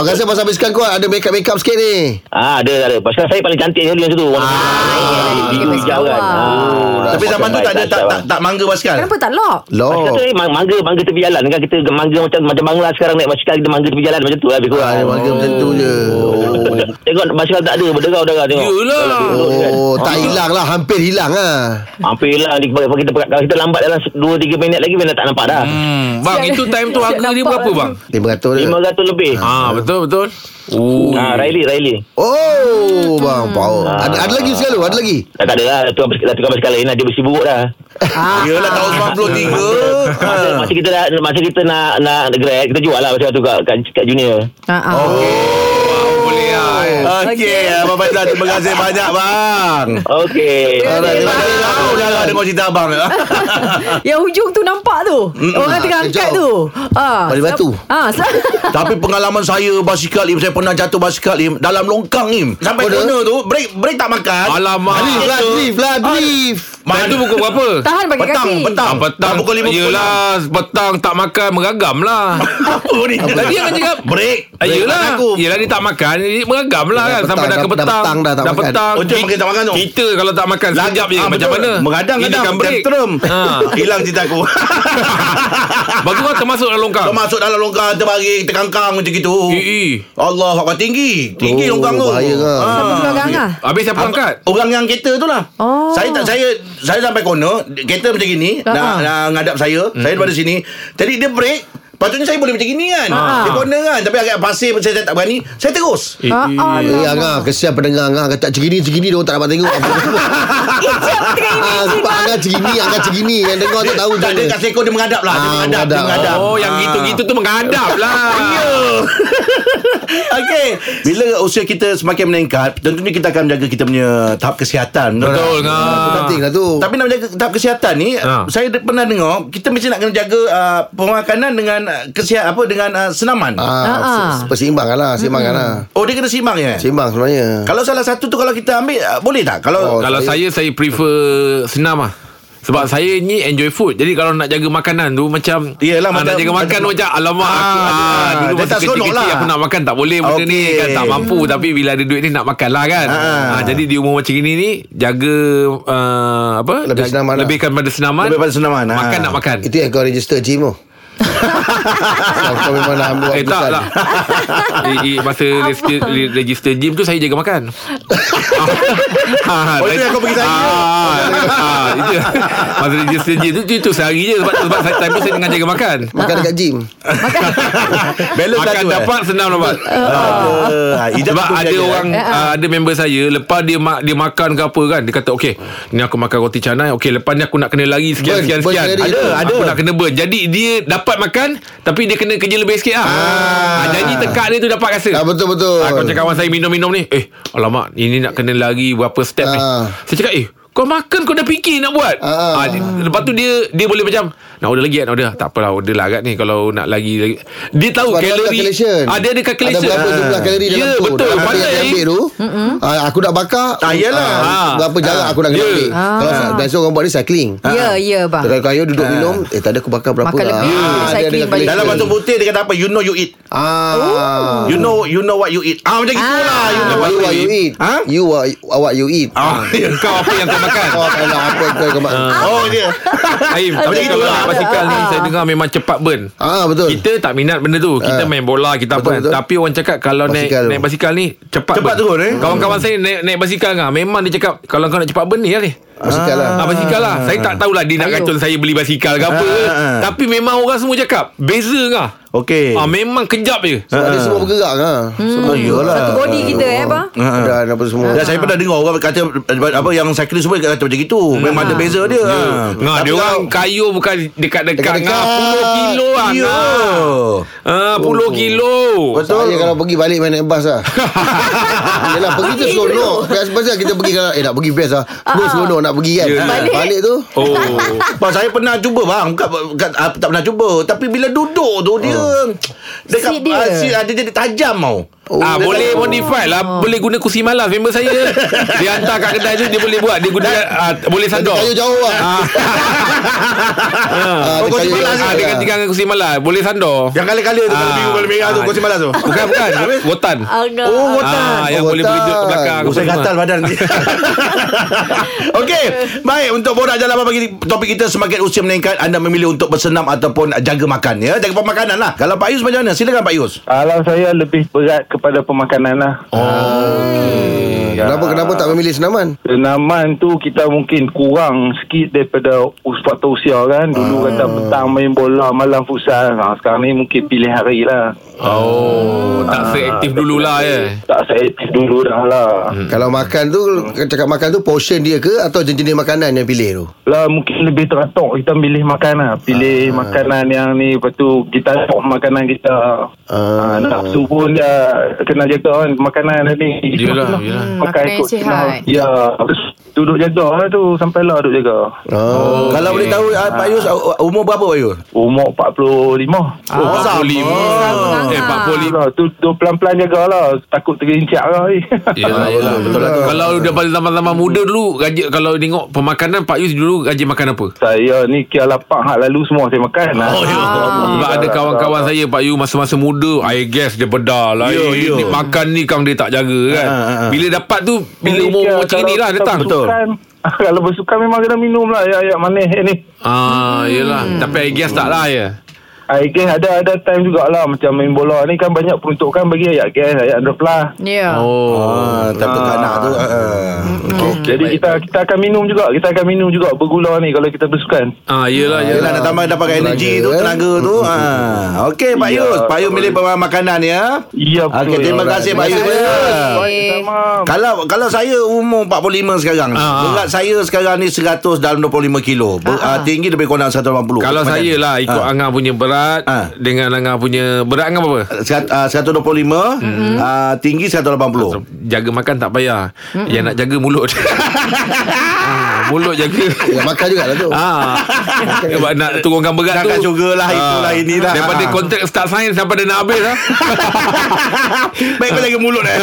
Speaker 5: Aku rasa pasal habiskan kau Ada make up-make up sikit ni
Speaker 7: ah ada ada basikal saya paling cantik sekali masa tu. Ah,
Speaker 3: Pakai
Speaker 7: biru
Speaker 3: basikal
Speaker 7: hijau
Speaker 3: awal.
Speaker 7: kan. Ah,
Speaker 2: Oh, Tapi zaman tu tak ada tak Oh. tak, tak mangga basikal.
Speaker 3: Kenapa tak lock?
Speaker 7: Basikal
Speaker 5: Loh
Speaker 7: tu eh, mang- mangga mangga tepi jalan kan kita mangga macam macam bangla sekarang naik basikal kita mangga tepi jalan macam tu lah lebih kurang.
Speaker 5: Ah, dia panggil macam tu je Oh.
Speaker 7: [LAUGHS] Tengok basikal tak ada berderau-derau tengok.
Speaker 4: Yelah.
Speaker 5: Oh, tak hilang lah Hampir hilang lah
Speaker 7: kan. Hampir hilang di- kalau kita kalau kita lambat dalam 2 3 minit lagi bila tak nampak dah.
Speaker 4: Hmm, bang,
Speaker 3: Siap-
Speaker 4: itu time tu
Speaker 3: siap
Speaker 4: harga dia
Speaker 3: nampak
Speaker 4: berapa
Speaker 3: lah
Speaker 4: bang?
Speaker 5: 500 dia
Speaker 7: 500 lebih. Ha,
Speaker 4: Ah, betul betul. Oh.
Speaker 6: Ah,
Speaker 7: ha Riley Riley.
Speaker 5: Oh bang power ada, ada lagi sekali Ada lagi
Speaker 7: Dah tak ada lah Tukar, bas- dah tukar basikal lain lah Dia bersih buruk dah
Speaker 2: Yelah tahun [LAUGHS] 93.
Speaker 7: masa, masa kita dah, masa kita nak nak grad Kita jual lah basikal tu kat, kat, kat junior
Speaker 3: Ha ah.
Speaker 4: Boleh lah. eh.
Speaker 2: Okey, Abang Faizal terima kasih banyak bang.
Speaker 7: Okay
Speaker 5: Alright, terima kasih.
Speaker 2: Tahu dah lah dengar cerita
Speaker 5: [LAUGHS]
Speaker 2: abang.
Speaker 3: [LAUGHS] Yang hujung tu nampak tu. Orang tengah
Speaker 5: Hijau.
Speaker 3: angkat tu. Ah.
Speaker 5: Paling batu.
Speaker 3: Ah, sel- [LAUGHS]
Speaker 2: Tapi pengalaman saya basikal Im Saya pernah jatuh basikal Im Dalam longkang Im Sampai corner tu Break break tak makan
Speaker 4: Alamak.
Speaker 2: Hari
Speaker 5: Drift lah
Speaker 2: tu-
Speaker 5: drift lah drift
Speaker 4: Time tu pukul berapa?
Speaker 3: tahan pakai
Speaker 2: Petang,
Speaker 3: kaki.
Speaker 2: petang.
Speaker 4: Ah, petang
Speaker 2: Dah pukul lima pukul
Speaker 4: Yelah Petang tak makan Meragam lah
Speaker 2: Apa ni
Speaker 4: Tadi yang cakap
Speaker 2: lah. Break
Speaker 4: Ah,
Speaker 2: Break
Speaker 4: Yelah
Speaker 2: Eh, aku.
Speaker 4: Yelah dia tak makan Dia meragam lah kan
Speaker 5: petang,
Speaker 4: Sampai dah
Speaker 5: dah-
Speaker 4: ke
Speaker 5: dah
Speaker 4: petang
Speaker 5: petang dah tak
Speaker 4: dah
Speaker 5: makan.
Speaker 4: petang
Speaker 2: Oh, tu makin tak makan tu.
Speaker 4: Kita kalau tak makan Sekejap je
Speaker 2: Ah,
Speaker 4: Macam
Speaker 2: betul.
Speaker 4: mana
Speaker 2: Mengadang-gadang
Speaker 4: Ini kan break
Speaker 2: Tantrum
Speaker 4: ha.
Speaker 2: [LAUGHS] Hilang cerita
Speaker 4: [LAUGHS]
Speaker 2: aku
Speaker 4: Lepas tu kan termasuk dalam longkang
Speaker 2: Kau masuk dalam longkang Terbaring Terkangkang macam gitu
Speaker 4: Ii.
Speaker 2: Allah Akbar tinggi Tinggi
Speaker 5: Oh,
Speaker 2: longkang tu
Speaker 5: bahaya kan.
Speaker 2: Ah.
Speaker 3: Apa belakang ah?
Speaker 4: Habis siapa
Speaker 2: Apa-
Speaker 4: lah. angkat?
Speaker 2: Orang yang kereta tu lah
Speaker 3: Oh.
Speaker 2: Saya tak saya Saya sampai corner Kereta macam gini
Speaker 3: Ha-ha.
Speaker 2: Nak, nak ngadap saya Saya
Speaker 4: Hmm.
Speaker 2: daripada sini Jadi dia break Patutnya saya boleh macam gini kan
Speaker 4: Ah.
Speaker 2: Dia corner kan Tapi agak pasir Saya saya tak berani Saya terus
Speaker 3: Ah, ah.
Speaker 5: Ya Angah Kesian pendengar Angah Kata cegini-cegini Dia orang tak dapat tengok Ah, Sebab Angah cegini Angah cegini Yang dengar tak Ah, tahu
Speaker 2: [LAUGHS] Tak
Speaker 5: macam
Speaker 2: ada
Speaker 5: mana.
Speaker 2: kat seko Dia mengadap lah Dia
Speaker 5: Ah,
Speaker 2: mengadap Dia
Speaker 5: mengadap.
Speaker 2: mengadap
Speaker 4: Oh yang
Speaker 2: Ah.
Speaker 4: gitu-gitu tu mengadap lah
Speaker 2: Okey Bila usia kita semakin meningkat Tentunya kita akan menjaga Kita punya tahap kesihatan
Speaker 4: Betul
Speaker 2: tak?
Speaker 5: Itu
Speaker 4: ngah.
Speaker 5: penting lah tu
Speaker 2: Tapi nak menjaga tahap kesihatan ni
Speaker 4: Ha.
Speaker 2: ha. saya de- pernah dengar kita mesti nak kena jaga uh, pemakanan dengan uh, kesihat apa dengan uh, senaman.
Speaker 5: Ah,
Speaker 3: Ah.
Speaker 5: se- Perseimbangkan lah Seimbangkan lah
Speaker 2: Oh dia kena simbang ya.
Speaker 5: Seimbang sebenarnya
Speaker 2: Kalau salah satu tu kalau kita ambil uh, boleh tak? Kalau
Speaker 5: Oh,
Speaker 4: Kalau saya saya prefer senam lah
Speaker 2: Oh.
Speaker 4: sebab saya ni enjoy food Jadi kalau nak jaga makanan tu Macam
Speaker 2: Yelah,
Speaker 4: ah, Nak
Speaker 2: macam-
Speaker 4: jaga makan tu macam Alamak aku,
Speaker 2: Ah,
Speaker 4: ah, Dulu
Speaker 2: dia
Speaker 4: masa
Speaker 2: tak seronok
Speaker 4: kecil-kecil
Speaker 2: lah.
Speaker 4: Aku nak makan tak boleh Benda ni
Speaker 2: Okey.
Speaker 4: kan Tak mampu Tapi bila ada duit ni Nak makan lah kan
Speaker 2: Ah.
Speaker 4: ah, Jadi di umur macam ini ni Jaga uh, Apa
Speaker 5: Lebih
Speaker 4: Jag-
Speaker 5: senaman lah.
Speaker 4: Lebihkan pada senaman
Speaker 2: Lebih pada senaman, ah.
Speaker 4: Makan nak makan
Speaker 5: Itu yang kau register gym tu Kau kau memang nak buat
Speaker 4: Eh tak
Speaker 5: keputusan. [LAUGHS]
Speaker 4: lah I, i, Masa register, register gym tu Saya jaga makan ah,
Speaker 2: Oh, itu yang kau pergi tadi.
Speaker 4: ah, ah, itu. Masa register gym tu Itu, itu sehari je Sebab, sebab saya, time tu saya tengah jaga makan
Speaker 5: Makan dekat gym
Speaker 2: balance
Speaker 4: Makan
Speaker 2: satu, eh?
Speaker 4: dapat Senam dapat
Speaker 2: uh,
Speaker 4: sebab ada orang uh, ada member saya lepas dia ma- dia makan ke apa kan dia kata okey ni aku makan roti canai okey lepas ni aku nak kena lari sekian
Speaker 5: Burn,
Speaker 4: sekian
Speaker 5: burn
Speaker 4: sekian
Speaker 5: calorie
Speaker 4: ada
Speaker 5: tu.
Speaker 4: ada aku nak kena burn jadi dia dapat dapat makan tapi dia kena kerja lebih sikit lah.
Speaker 5: Ah.
Speaker 4: Ah, janji tekak dia tu dapat rasa.
Speaker 5: Ah, betul, betul.
Speaker 4: Ah, kau cakap kawan saya minum-minum ni. Eh, alamak, ini nak kena lari berapa step ni.
Speaker 5: Ah.
Speaker 4: Saya cakap, "Eh, kau makan kau dah fikir nak buat."
Speaker 5: Ah.
Speaker 4: Ah, dia, lepas tu dia dia boleh macam nak order lagi kan order. Tak apalah order lah agak ni kalau nak lagi lagi. Dia tahu
Speaker 5: Sebab dia ada
Speaker 4: kalori.
Speaker 5: calculation.
Speaker 4: Oh, Ah, dia ada calculation.
Speaker 5: Ada berapa
Speaker 4: Ah.
Speaker 5: jumlah kalori dalam
Speaker 4: Ya,
Speaker 5: tu
Speaker 4: betul.
Speaker 5: Dalam apa
Speaker 4: Pandai,
Speaker 5: yang dia
Speaker 4: eh.
Speaker 5: ambil tu ah, Aku nak bakar
Speaker 2: Ah, yalah.
Speaker 5: ah, Berapa jarak aku nak kena
Speaker 4: Ya.
Speaker 5: ambil Kalau biasa orang buat ni cycling
Speaker 3: Ah.
Speaker 5: Ah.
Speaker 3: Ya, ya bang.
Speaker 5: Kalau kayu
Speaker 4: Ah.
Speaker 5: duduk minum Eh tadi aku bakar berapa
Speaker 3: Makan
Speaker 5: lah.
Speaker 3: lebih,
Speaker 5: Ah, dia ada
Speaker 3: cycling balik.
Speaker 5: calculation.
Speaker 2: Dalam batu putih dia kata apa? You know you eat.
Speaker 5: Ah
Speaker 2: You know you know what you eat. Ah macam gitulah. You know
Speaker 5: You what you eat
Speaker 2: Ha?
Speaker 5: You what what you eat
Speaker 2: Ah, ya.
Speaker 4: Kau apa yang kau makan? Ah.
Speaker 5: Kau akan nak apa kau kau makan
Speaker 2: Oh dia.
Speaker 4: Aim, tapi
Speaker 2: Macam
Speaker 4: kalau
Speaker 2: itulah.
Speaker 4: naik basikal ni saya dengar memang cepat burn.
Speaker 5: Ah betul
Speaker 4: Kita tak minat benda tu Kita
Speaker 5: Ah.
Speaker 4: main bola Kita
Speaker 5: Betul,
Speaker 4: apa
Speaker 5: betul.
Speaker 4: betul. Tapi orang cakap Kalau
Speaker 5: Basikal tu.
Speaker 4: naik naik basikal ni Cepat,
Speaker 2: Cepat
Speaker 4: burn.
Speaker 2: turun, eh?
Speaker 4: Kawan-kawan saya naik, naik basikal kan Memang dia cakap Kalau kau nak cepat burn ni lah ni
Speaker 5: Basikal lah
Speaker 4: Ah, basikal lah Saya tak tahulah Dia nak
Speaker 3: Ayuh.
Speaker 4: racun saya beli basikal ke apa
Speaker 2: Ah, ah.
Speaker 4: Tapi memang orang semua cakap Beza kah
Speaker 2: Okey.
Speaker 4: ah, Memang kejap je
Speaker 5: Sebab dia semua bergerak lah
Speaker 4: Ah,
Speaker 5: Semua Ah,
Speaker 2: Ayolah.
Speaker 3: Hmm. Satu body kita eh bang.
Speaker 5: Dan apa semua
Speaker 2: Dan saya pernah dengar orang kata apa yang cyclist semua kata macam gitu. Memang ada beza dia. Ha.
Speaker 4: Nah,
Speaker 2: Tapi
Speaker 4: dia orang
Speaker 2: kalau-
Speaker 4: kayu bukan dekat-dekat,
Speaker 5: Dekat-dekat.
Speaker 4: Ngah, 10 kilo lah
Speaker 2: Ya.
Speaker 4: ah, 10 kilo
Speaker 5: Betul. Saya kalau pergi balik main naik bas
Speaker 2: [LAUGHS]
Speaker 5: lah Yelah pergi tu seronok Biasa-biasa kita pergi kalau Eh nak pergi best lah Terus seronok nak pergi kan
Speaker 4: Ah. Yelah.
Speaker 5: balik. tu
Speaker 4: Oh
Speaker 2: Bang, saya pernah cuba bang Bukan, bukan ah, tak pernah cuba Tapi bila duduk tu Dia Dekat
Speaker 3: Seat dia.
Speaker 2: ah, seat, ah, Dia jadi tajam tau
Speaker 5: Oh,
Speaker 4: ah
Speaker 5: dia
Speaker 4: boleh
Speaker 5: tak-
Speaker 4: modify lah boleh guna kursi malas member saya dia hantar kat kedai tu dia boleh buat dia guna ah, boleh
Speaker 5: Nanti
Speaker 4: sandor
Speaker 5: kayu jauh lah [LAUGHS] Ah,
Speaker 2: Oh,
Speaker 5: dia
Speaker 2: kau
Speaker 5: kayu
Speaker 2: jumpa lah
Speaker 5: jauh
Speaker 4: ah
Speaker 5: lah.
Speaker 4: dia ganti dengan kursi malas boleh sandor
Speaker 2: Yang kali-kali tu Kalau
Speaker 4: Ah.
Speaker 2: biru kalau merah tu
Speaker 4: Ah.
Speaker 2: Kursi malas tu
Speaker 4: bukan bukan botan
Speaker 3: Agak.
Speaker 2: Oh,
Speaker 4: ah yang
Speaker 5: Oh,
Speaker 4: boleh
Speaker 5: botan.
Speaker 4: berjejut ke belakang
Speaker 2: Aku
Speaker 4: apa
Speaker 2: saya
Speaker 4: semua.
Speaker 2: gatal badan ni [LAUGHS] Okey Baik Untuk borak jalan apa pagi ni, Topik kita semakin usia meningkat Anda memilih untuk bersenam Ataupun jaga makan ya Jaga pemakanan lah Kalau Pak Yus macam mana Silakan Pak Yus
Speaker 9: Alam saya lebih berat kepada pemakanan lah.
Speaker 4: Eh, ya.
Speaker 5: Kenapa kenapa tak memilih senaman
Speaker 9: Senaman tu kita mungkin kurang sikit daripada us- faktor usia kan. Dulu
Speaker 7: Ah.
Speaker 9: kata petang main bola, malam futsal. Ha, sekarang ni mungkin pilih hari lah.
Speaker 4: oh tak seaktif dululah ya
Speaker 9: Tak saya aktif dulu dah lah.
Speaker 4: Hmm.
Speaker 5: Kalau makan tu Cakap makan tu Portion dia ke Atau jenis-jenis makanan yang pilih tu
Speaker 9: Lah mungkin lebih teratur kita pilih makanan. Pilih
Speaker 7: Ah.
Speaker 9: makanan yang ni. Lepas tu kita tengok makanan kita. Ah,
Speaker 5: Ah.
Speaker 9: nafsu pun dah kena jaga kan makanan tadi.
Speaker 4: Yelah, yelah.
Speaker 9: Hmm,
Speaker 3: Makanan yang sihat.
Speaker 9: kena- Ya. Terus Duduk jaga lah tu. Sampailah duduk jaga.
Speaker 2: oh,
Speaker 5: Oh
Speaker 2: Kalau boleh tahu ah, Pak Yus ah, umur berapa Pak Yus
Speaker 9: Umur 45.
Speaker 4: oh 45
Speaker 3: sama.
Speaker 4: eh 45
Speaker 9: Lah, tu, tu pelan-pelan jagalah. Takut terincak lah. ni.
Speaker 4: Yelah, yelah. Betul lah. Kalau daripada zaman-zaman muda dulu gaji, Kalau tengok pemakanan Pak Yus dulu Gaji makan apa?
Speaker 9: [LAUGHS] saya ni kira lapang hak lalu semua saya makan. Oh,
Speaker 4: Ya.
Speaker 3: Ah.
Speaker 4: Sebab ada kawan-kawan saya Pak Yu masa-masa muda Air gas dia bedal lah
Speaker 2: Ya,
Speaker 4: yeah,
Speaker 2: ya.
Speaker 4: yeah. Ni makan ni kang dia tak jaga kan
Speaker 2: Ha, ha, ha.
Speaker 4: Bila dapat tu Bila umur-umur macam ni lah datang
Speaker 9: Betul.
Speaker 6: kan-
Speaker 9: [LAUGHS] Kalau bersukan memang kena minum lah air-air manis ni.
Speaker 4: Ah, yelah Tapi air gas tak lah ya
Speaker 9: Air gas Ah, ada ada time jugalah macam main bola ni kan banyak peruntukan bagi air gas, lah. air underflah.
Speaker 3: Ya.
Speaker 4: Oh
Speaker 2: Ah, tak betul anak tu ah, ah.
Speaker 9: Okay, Jadi kita kita akan minum juga, kita akan minum juga bergula ni kalau kita bersukan.
Speaker 4: Ah, yelah,
Speaker 2: Yelah
Speaker 4: yelah
Speaker 2: nak tambah dapatkan
Speaker 5: Tenaga,
Speaker 2: energi tu
Speaker 5: eh?
Speaker 2: Tenaga tu ha. Okey Pak
Speaker 9: Ya,
Speaker 2: Yus Pak Yus
Speaker 9: betul.
Speaker 2: milih pemakan makanan ya
Speaker 9: Ya betul.
Speaker 2: Okey terima
Speaker 5: Alright.
Speaker 2: kasih Pak Yus ya.
Speaker 3: Eh,
Speaker 9: Sama.
Speaker 2: kalau kalau saya umur 45 sekarang ni,
Speaker 4: Ah, ah.
Speaker 2: berat saya sekarang ni 100 dalam 25 kilo. Ber, ah, tinggi lebih kurang 180.
Speaker 4: Kalau
Speaker 2: Macam
Speaker 4: saya
Speaker 2: ni.
Speaker 4: lah Ikut
Speaker 2: ya. Ah.
Speaker 4: Angang punya berat
Speaker 2: Ah.
Speaker 4: Dengan Angang punya Berat kan Angang apa?
Speaker 2: Sekat- ah, 125, ah, tinggi 180.
Speaker 4: Jaga makan tak payah Yang nak jaga mulut [LAUGHS] ah, Mulut
Speaker 2: [LAUGHS]
Speaker 4: jaga
Speaker 5: Ya makan jugalah tu
Speaker 4: Ah. Sebab nak turunkan berat
Speaker 2: Jangan
Speaker 4: tu.
Speaker 2: sugar lah, itulah, inilah.
Speaker 4: Daripada
Speaker 2: Ah.
Speaker 4: kontrak start science sampai dia nak habis lah.
Speaker 2: Baik kau jaga mulut eh.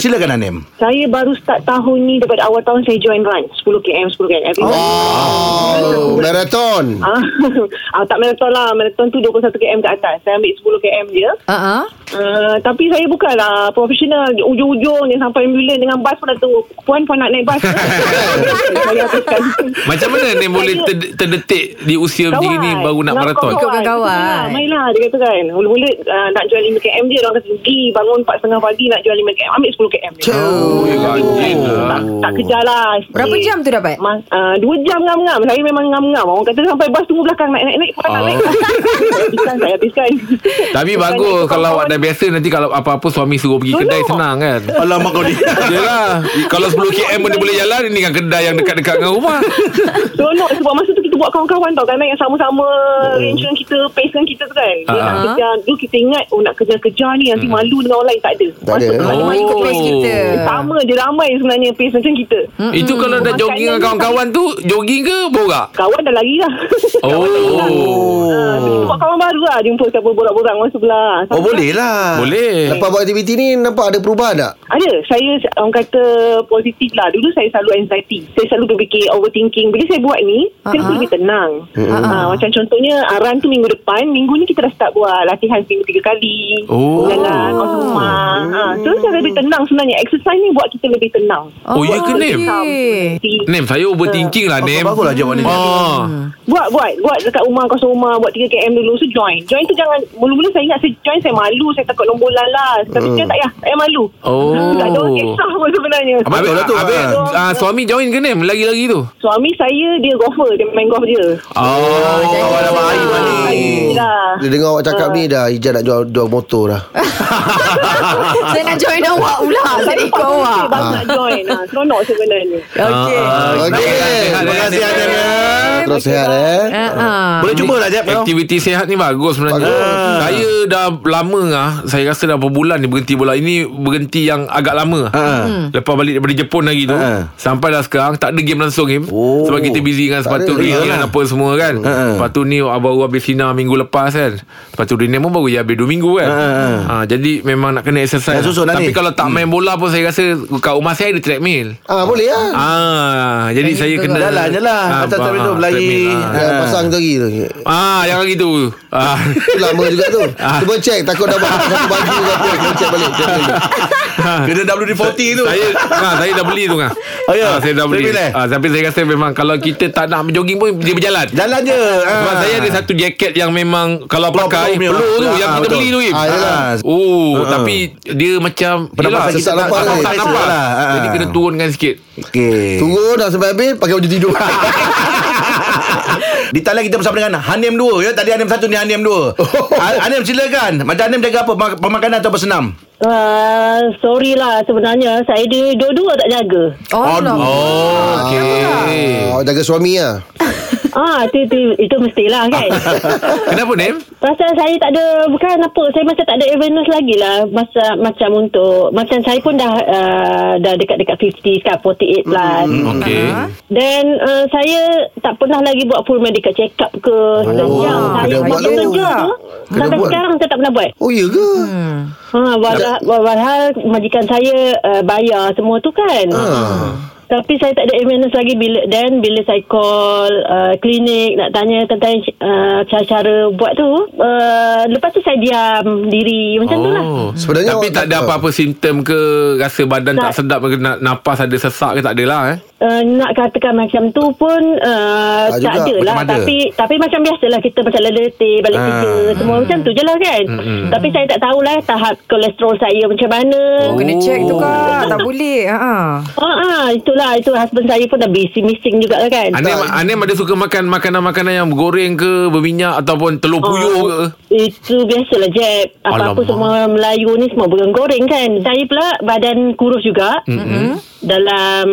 Speaker 2: Silakan Anim.
Speaker 10: Saya baru start tahun ni daripada awal tahun saya join run 10 km 10 km every month.
Speaker 5: Oh Marathon
Speaker 10: Ah, [LAUGHS] ah, tak marathon lah Marathon tu 21 km ke atas Saya ambil 10 km je
Speaker 3: ah, ah.
Speaker 10: uh, Tapi saya bukanlah Profesional Ujung-ujung dia sampai ambulans Dengan bas pun dah tahu Puan puan nak naik bas
Speaker 4: [LAUGHS]
Speaker 10: Saya habiskan
Speaker 4: Macam mana ni boleh ter- terdetik di usia
Speaker 11: lah,
Speaker 4: macam ni baru nak
Speaker 10: Kawan,
Speaker 4: maraton?
Speaker 3: Ikutkan kawan.
Speaker 10: ah, Kawan. Mainlah dia kata kan Mula-mula uh, nak join 5 km je Orang kata
Speaker 11: pagi bangun 4.30 pagi nak jual 5 km ambil 10 km je.
Speaker 5: Oh,
Speaker 11: tak, tak kejar lah
Speaker 3: Berapa
Speaker 11: sikit.
Speaker 3: jam tu dapat?
Speaker 11: Ma- uh, dua jam ngam-ngam Saya memang ngam-ngam Orang kata sampai bas tunggu belakang Naik-naik-naik Pernah
Speaker 4: Ah.
Speaker 11: naik [LAUGHS] Habiskan saya habiskan
Speaker 4: Oh. Tapi bagus kalau awak dah biasa nanti kalau apa-apa suami suruh pergi kedai
Speaker 11: Tolong.
Speaker 4: senang kan.
Speaker 2: Alamak kau ni
Speaker 4: Yelah Kalau 10 km pun dia boleh jalan Ini kan kedai yang dekat-dekat dengan rumah
Speaker 11: Seronok sebab masa tu kita buat kawan-kawan tau Kan yang sama-sama Range dengan kita Pace dengan kita tu kan Dia
Speaker 4: Oh. Ah. Hmm.
Speaker 11: nak kejar Dulu kita ingat Oh nak kejar-kejar ni Nanti malu dengan orang lain Tak ada
Speaker 5: Tak
Speaker 11: Masa
Speaker 5: ada.
Speaker 11: tu
Speaker 3: Kalau
Speaker 11: ada
Speaker 3: mak ikut pace kita.
Speaker 11: Sama dia ramai sebenarnya Pace macam kita
Speaker 4: Itu kalau dah jogging dengan kawan-kawan tu Jogging ke borak?
Speaker 11: Kawan dah lari lah
Speaker 4: Oh
Speaker 11: Ah, [LAUGHS] tu Buat kawan baru lah Jumpa siapa borak-borak Orang sebelah
Speaker 2: Oh boleh lah
Speaker 4: Boleh
Speaker 5: Lepas buat aktiviti ni Nampak ada perubahan tak?
Speaker 11: Ada. Saya orang kata positif lah. Dulu saya selalu anxiety. Saya selalu berfikir overthinking. Bila saya buat ni,
Speaker 3: Ah,
Speaker 11: uh-huh. saya rasa
Speaker 3: ah.
Speaker 11: lebih tenang. Uh-huh. Uh, macam contohnya, uh, run tu minggu depan. Minggu ni kita dah start buat latihan seminggu tiga kali.
Speaker 4: Oh.
Speaker 11: Jalan, masuk rumah. Uh,
Speaker 3: Hmm.
Speaker 11: so, saya lebih tenang sebenarnya. Exercise ni buat kita lebih tenang.
Speaker 4: Oh, ya ke, Nim?
Speaker 3: okey.
Speaker 4: Nim saya overthinking lah Nim
Speaker 2: Bagus lah jawapan ni
Speaker 4: Oh
Speaker 11: Buat, buat. Buat dekat rumah, kosong rumah. Buat 3km dulu. So, join. Join tu jangan... Mula-mula saya ingat saya join, saya malu. Saya takut nombor lala. Tapi
Speaker 3: Hmm.
Speaker 11: uh. tak payah. Tak payah malu.
Speaker 4: Oh.
Speaker 11: [LAUGHS] Tak ada orang kisah pun sebenarnya.
Speaker 4: Habis,
Speaker 2: Betul lah tu,
Speaker 4: habis
Speaker 2: ah.
Speaker 4: ah, suami join ke Nim? Lagi-lagi tu
Speaker 11: Suami saya dia golfer, dia main golf dia.
Speaker 4: Oh
Speaker 2: Awal nama air
Speaker 11: Baik lah.
Speaker 5: Dia dengar awak cakap ni dah Ijaz nak jual, jual motor dah
Speaker 3: [LAUGHS] Saya nak join awak pula. Saya
Speaker 11: Eh,
Speaker 3: nak ikut awak.
Speaker 2: Ah,
Speaker 11: Baru nak join. Ha, seronok sebenarnya.
Speaker 4: Ah,
Speaker 3: Okey.
Speaker 5: Okey
Speaker 2: Terima kasih Adam ya
Speaker 5: Terus sehat eh
Speaker 3: Ah, ah.
Speaker 2: Boleh cuba lah Jeb kau.
Speaker 4: Aktiviti sehat ni bagus sebenarnya Ah.
Speaker 2: Bagus.
Speaker 4: Saya dah lama ah, Saya rasa dah berapa bulan ni berhenti bola Ini berhenti yang agak lama ah.
Speaker 2: Ha.
Speaker 4: Lepas balik daripada Jepun lagi tu
Speaker 2: Ha.
Speaker 4: Sampai dah sekarang Tak ada game langsung game
Speaker 2: Oh.
Speaker 4: Sebab kita busy dengan
Speaker 5: Tak
Speaker 4: sepatu
Speaker 5: ada.
Speaker 4: ring
Speaker 2: Yalah.
Speaker 4: kan Apa semua kan
Speaker 2: Ha.
Speaker 4: Lepas tu ni Baru habis Sina minggu lepas kan Lepas tu Rina pun baru je habis 2 minggu kan
Speaker 2: Ha.
Speaker 4: ha, Jadi memang nak kena exercise lah.
Speaker 2: Dah susun dah
Speaker 4: Tapi
Speaker 2: ni. Hmm.
Speaker 4: kalau tak main bola pun Saya rasa Kat rumah saya ada treadmill
Speaker 5: Ah boleh lah
Speaker 4: Ah, jadi saya kena
Speaker 2: Hmm. Jalan je lah. Atas
Speaker 4: bah-
Speaker 2: treadmill tu, berlari.
Speaker 4: treadmill, ah.
Speaker 5: Jangan
Speaker 2: Ah.
Speaker 5: pasang jari tu
Speaker 4: Ah, jangan gitu. Ah.
Speaker 2: [LAUGHS]
Speaker 5: Itu lama juga tu
Speaker 4: Ah.
Speaker 5: Cuba check Takut dah buat satu baju ke apa Cuba check balik Check balik.
Speaker 2: Ah. Kena WD-40 tu
Speaker 4: saya nah, saya dah beli tu kan.
Speaker 2: Oh, ya?
Speaker 4: saya dah beli.
Speaker 2: Saya pilih?
Speaker 4: Ah, tapi saya rasa memang kalau kita tak nak berjoging pun dia berjalan.
Speaker 2: Jalan je
Speaker 4: Sebab
Speaker 2: Ah.
Speaker 4: saya ada satu jaket yang memang kalau
Speaker 2: Peluh,
Speaker 4: pakai
Speaker 2: peluh punya.
Speaker 4: peluh tu
Speaker 2: Ah,
Speaker 4: yang kita
Speaker 2: betul.
Speaker 4: beli tu. Im.
Speaker 5: Ah, yelah.
Speaker 4: Oh,
Speaker 2: Ah.
Speaker 4: tapi dia macam
Speaker 2: Pernafasan
Speaker 5: kita tak-
Speaker 4: tak,
Speaker 5: tak
Speaker 4: tak nampak.
Speaker 2: lah. Ah.
Speaker 4: Jadi kena turunkan sikit.
Speaker 2: Okey
Speaker 5: Tunggu dah sampai habis Pakai baju tidur
Speaker 2: Di talian kita bersama dengan Hanem 2 ya. Tadi Hanem 1 ni Hanem 2. Ha- Hanem silakan. Macam Hanem jaga apa? Mak- Pemakanan atau bersenam?
Speaker 11: Uh, sorry lah sebenarnya. Saya dia dua-dua tak jaga.
Speaker 3: Oh, lah.
Speaker 4: Oh, okey.
Speaker 5: Oh, Jaga suami lah
Speaker 11: Ah, tu, tu, itu mestilah
Speaker 5: [LAUGHS]
Speaker 11: kan.
Speaker 4: Kenapa, Nem?
Speaker 11: Pasal saya tak ada, bukan apa, saya macam tak ada awareness lagi lah. Masa, macam untuk, macam saya pun dah uh, dah dekat-dekat 50, sekarang 48 plus.
Speaker 5: Mm-hmm.
Speaker 4: Okey.
Speaker 11: kan Then uh, saya tak pernah lagi buat full medical check up ke sejak
Speaker 5: kena
Speaker 11: saya
Speaker 5: Oh, buat
Speaker 11: masuk
Speaker 5: tu.
Speaker 11: kerja tu
Speaker 5: Kena
Speaker 11: sampai
Speaker 5: buat.
Speaker 11: sekarang saya tak pernah buat.
Speaker 5: Oh iya ke
Speaker 11: Ha walhal, walhal majikan saya uh, bayar semua tu kan. Tapi saya tak ada awareness lagi bila then bila saya call uh, klinik nak tanya tentang uh, cara-cara buat tu uh, lepas tu saya diam diri macam tu lah.
Speaker 4: Oh.
Speaker 5: Sebenarnya
Speaker 4: Tapi
Speaker 5: awak
Speaker 4: tak
Speaker 5: tak
Speaker 4: ada
Speaker 5: tahu.
Speaker 4: apa-apa simptom ke Rasa badan tak,
Speaker 11: Tak.
Speaker 4: sedap ke na- Nafas ada sesak ke tak adalah eh
Speaker 11: Uh, nak katakan macam tu pun uh,
Speaker 5: Tak
Speaker 11: tak, ada
Speaker 5: juga,
Speaker 11: lah
Speaker 2: macam ada.
Speaker 11: tapi tapi macam biasalah kita macam letih balik
Speaker 2: Ah.
Speaker 11: kerja semua macam tu je lah kan tapi saya tak tahulah tahap kolesterol saya macam mana
Speaker 3: Oh, kena check tu
Speaker 2: Oh.
Speaker 3: kak. Tak boleh. Ha ah.
Speaker 11: Ha ah, itulah itu husband saya pun dah busy missing juga lah kan.
Speaker 4: Anem, Anem ada suka makan makanan-makanan yang goreng ke Berminyak ataupun telur puyuh
Speaker 11: Oh.
Speaker 4: ke
Speaker 11: Ah, Itu biasalah Jeb Apa-apa
Speaker 4: Alamak.
Speaker 11: semua Melayu ni Semua goreng-goreng kan Saya pula Badan kurus juga mm-hmm. Dalam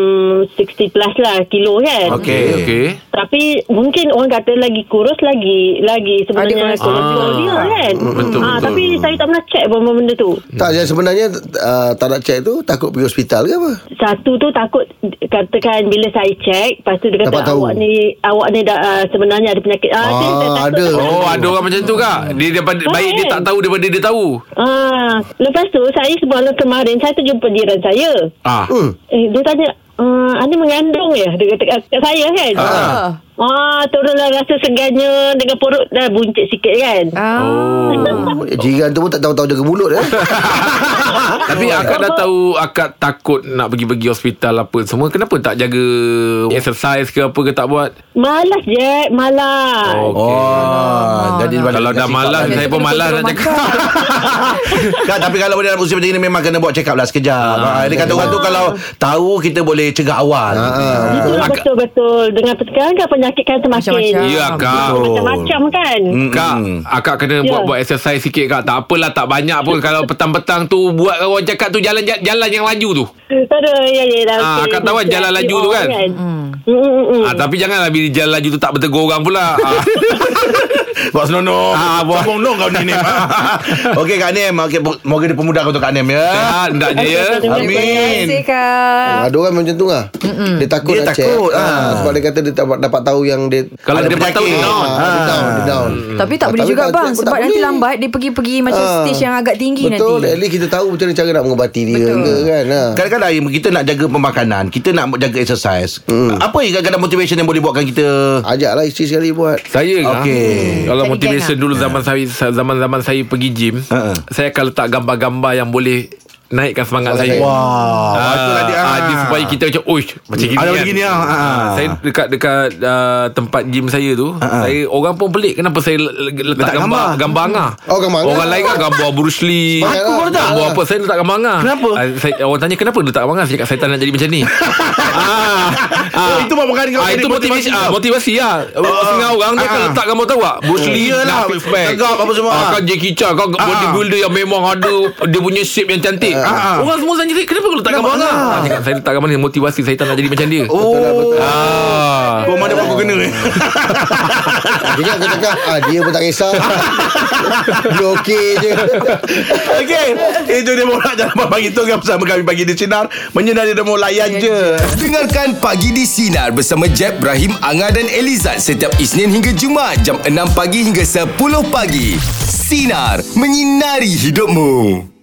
Speaker 11: 60 plus lah Kilo kan
Speaker 2: Okey.
Speaker 4: Okey
Speaker 11: Tapi mungkin orang kata lagi kurus lagi lagi sebenarnya
Speaker 3: Ada
Speaker 11: kolesterol
Speaker 4: Ah.
Speaker 11: dia kan.
Speaker 4: Betul,
Speaker 11: Ah,
Speaker 4: betul.
Speaker 11: tapi saya tak pernah check pun benda tu.
Speaker 5: Tak jadi sebenarnya uh, Tak nak check tu Takut pergi hospital ke apa
Speaker 11: Satu tu takut katakan bila saya check, lepas tu dia kata
Speaker 5: Dapat tahu.
Speaker 11: awak ni awak ni dah uh, sebenarnya ada penyakit. Ah, saya- saya
Speaker 5: Ah,
Speaker 11: takut
Speaker 5: ada.
Speaker 11: tak-
Speaker 4: Oh ada orang macam tu kak Dia daripada,
Speaker 11: Kan?
Speaker 4: Baik dia tak tahu daripada dia tahu
Speaker 11: Ah, lepas tu saya sebelum kemarin saya terjumpa jiran saya.
Speaker 4: Ah,
Speaker 5: Hmm
Speaker 11: "Ah, Eh, dia tanya, uh, Ani mengandung ya? Dia kata kat, kat saya kan.
Speaker 4: Ah.
Speaker 11: Ah. Ah, turunlah rasa segannya dengan perut dah buncit sikit kan.
Speaker 3: Ah.
Speaker 5: Oh, jiran tu pun tak tahu-tahu jaga mulut eh.
Speaker 4: [LAUGHS] Tapi akak dah tahu Akak takut Nak pergi-pergi hospital Apa semua Kenapa tak jaga Exercise ke apa ke tak buat
Speaker 11: Malas je, malas. Oh.
Speaker 4: Okey.
Speaker 2: Oh, jadi balik
Speaker 4: Kalau
Speaker 2: dengan
Speaker 4: dah
Speaker 2: sikap
Speaker 4: malas
Speaker 2: lah. [LAUGHS]
Speaker 4: Saya pun
Speaker 3: Kena
Speaker 4: malas
Speaker 3: pergi
Speaker 4: nak
Speaker 3: rumah
Speaker 4: cakap
Speaker 2: Kak, Kan, tapi kalau dia dalam usia macam ni memang kena buat check up lah sekejap. Ha, dia kata orang tu kalau tahu kita boleh cegah awal. Ah.
Speaker 11: Itulah
Speaker 4: Ah, Agak-
Speaker 11: betul-betul. Dengan sekarang kan penyakit kan semakin. Ah,
Speaker 3: Macam-macam.
Speaker 4: Ya akak
Speaker 2: Betul.
Speaker 11: Macam-macam kan.
Speaker 2: Mm-mm.
Speaker 4: Kak, akak kena
Speaker 11: Ya.
Speaker 4: buat-buat exercise sikit kak. Tak apalah, tak banyak pun. Kalau petang-petang tu buat orang cakap tu jalan jalan yang laju tu.
Speaker 11: Aduh, ya, ya. Dah,
Speaker 4: Ah,
Speaker 11: okey.
Speaker 4: kau tahu kan jalan laju tu kan?
Speaker 3: Hmm.
Speaker 11: Mm. Mm, mm, mm.
Speaker 4: Ah, tapi janganlah bila jalan laju tu tak bertegur orang pula. Ah,
Speaker 2: Buat senonoh.
Speaker 4: Ah, buat.
Speaker 2: Sambung dong kau ni, Nim. [LAUGHS] Okey, Kak Nim. Okey, moga dia pemudahkan untuk Kak Nim, ya.
Speaker 4: ah hendaknya ya.
Speaker 3: Terima kasih Kak
Speaker 5: Ada orang macam tu lah Mm-mm. Dia takut
Speaker 2: Dia
Speaker 5: nak
Speaker 2: takut,
Speaker 5: check
Speaker 2: ah.
Speaker 5: Ah, Sebab dia kata dia tak dapat, dapat tahu yang dia
Speaker 4: Kalau
Speaker 2: Ada
Speaker 4: dia patah
Speaker 2: penyakit.
Speaker 4: down.
Speaker 5: ah, Dia down, dia down.
Speaker 3: Tapi tak
Speaker 5: Ah,
Speaker 3: boleh juga
Speaker 5: kalau
Speaker 3: bang
Speaker 5: check pun
Speaker 3: Sebab
Speaker 5: tak
Speaker 3: nanti
Speaker 5: boleh.
Speaker 3: lambat Dia pergi-pergi macam
Speaker 5: Ah.
Speaker 3: stage yang agak tinggi nanti
Speaker 5: Betul, at least kita tahu macam mana cara nak mengobati dia
Speaker 3: Betul.
Speaker 5: ke kan. Ha.
Speaker 2: Kadang-kadang yang kita nak jaga pemakanan, kita nak jaga exercise. Apa yang kadang-kadang motivation yang boleh buatkan kita?
Speaker 5: Ajaklah isteri sekali buat.
Speaker 4: Saya kan
Speaker 2: Okey.
Speaker 4: Kalau
Speaker 3: Jadi
Speaker 4: motivation
Speaker 3: geng,
Speaker 4: dulu zaman saya zaman-zaman saya pergi gym,
Speaker 2: Ha, ha.
Speaker 4: saya akan letak gambar-gambar yang boleh naikkan semangat saya.
Speaker 2: Wah,
Speaker 4: Ah,
Speaker 2: itu lah dia.
Speaker 4: ah, dia supaya kita macam Uish Macam gini
Speaker 2: Ada
Speaker 4: kan
Speaker 2: gini, ah. Ah.
Speaker 4: Saya dekat Dekat uh, tempat gym saya tu Saya Orang pun pelik Kenapa saya le- le- letak,
Speaker 2: Letak
Speaker 4: letak gambar
Speaker 2: gambar.
Speaker 4: Gambar Angah
Speaker 5: Oh, gambar Angah.
Speaker 4: Orang lain kan gambar Bruce Lee
Speaker 5: Semangat Aku lah. pun letak.
Speaker 4: Gambar apa Saya letak gambar Angah
Speaker 2: Kenapa?
Speaker 4: Ah, saya, Orang tanya kenapa letak gambar Angah Saya cakap saya tak nak jadi
Speaker 2: [LAUGHS]
Speaker 4: macam ni ah,
Speaker 2: Oh, itu bukan kau
Speaker 4: ah,
Speaker 2: jadi
Speaker 4: Itu motivasi
Speaker 2: motivasi
Speaker 4: ah,
Speaker 2: kau.
Speaker 4: Motivasi lah Setengah orang Dia akan
Speaker 2: Ah.
Speaker 4: letak gambar tahu tak Bruce Lee
Speaker 2: Iyalah,
Speaker 4: Nafis Bank
Speaker 2: tegap apa semua.
Speaker 4: Ah, Kan Jackie Chan Kan bodybuilder yang memang ada Dia punya shape yang cantik
Speaker 2: Ah.
Speaker 4: Orang semua tanya Kenapa kau letak gambar Angah Ah, cakap, Saya letak gambar ni Motivasi saya tak nak jadi macam dia
Speaker 2: Oh,
Speaker 4: Ah.
Speaker 2: kau Oh, mana pun kau kena.
Speaker 5: Dia kan cakap, ah, dia pun tak kisah. dia okey je.
Speaker 2: Okey, itu dia bola jalan pagi tu kan bersama kami pagi di sinar menyinari demo layan je.
Speaker 1: Dengarkan Pagi di Sinar bersama Jeb, Ibrahim, Anga dan Elizad setiap Isnin hingga Jumaat jam 6 pagi hingga 10 pagi. Sinar. Menyinari hidupmu.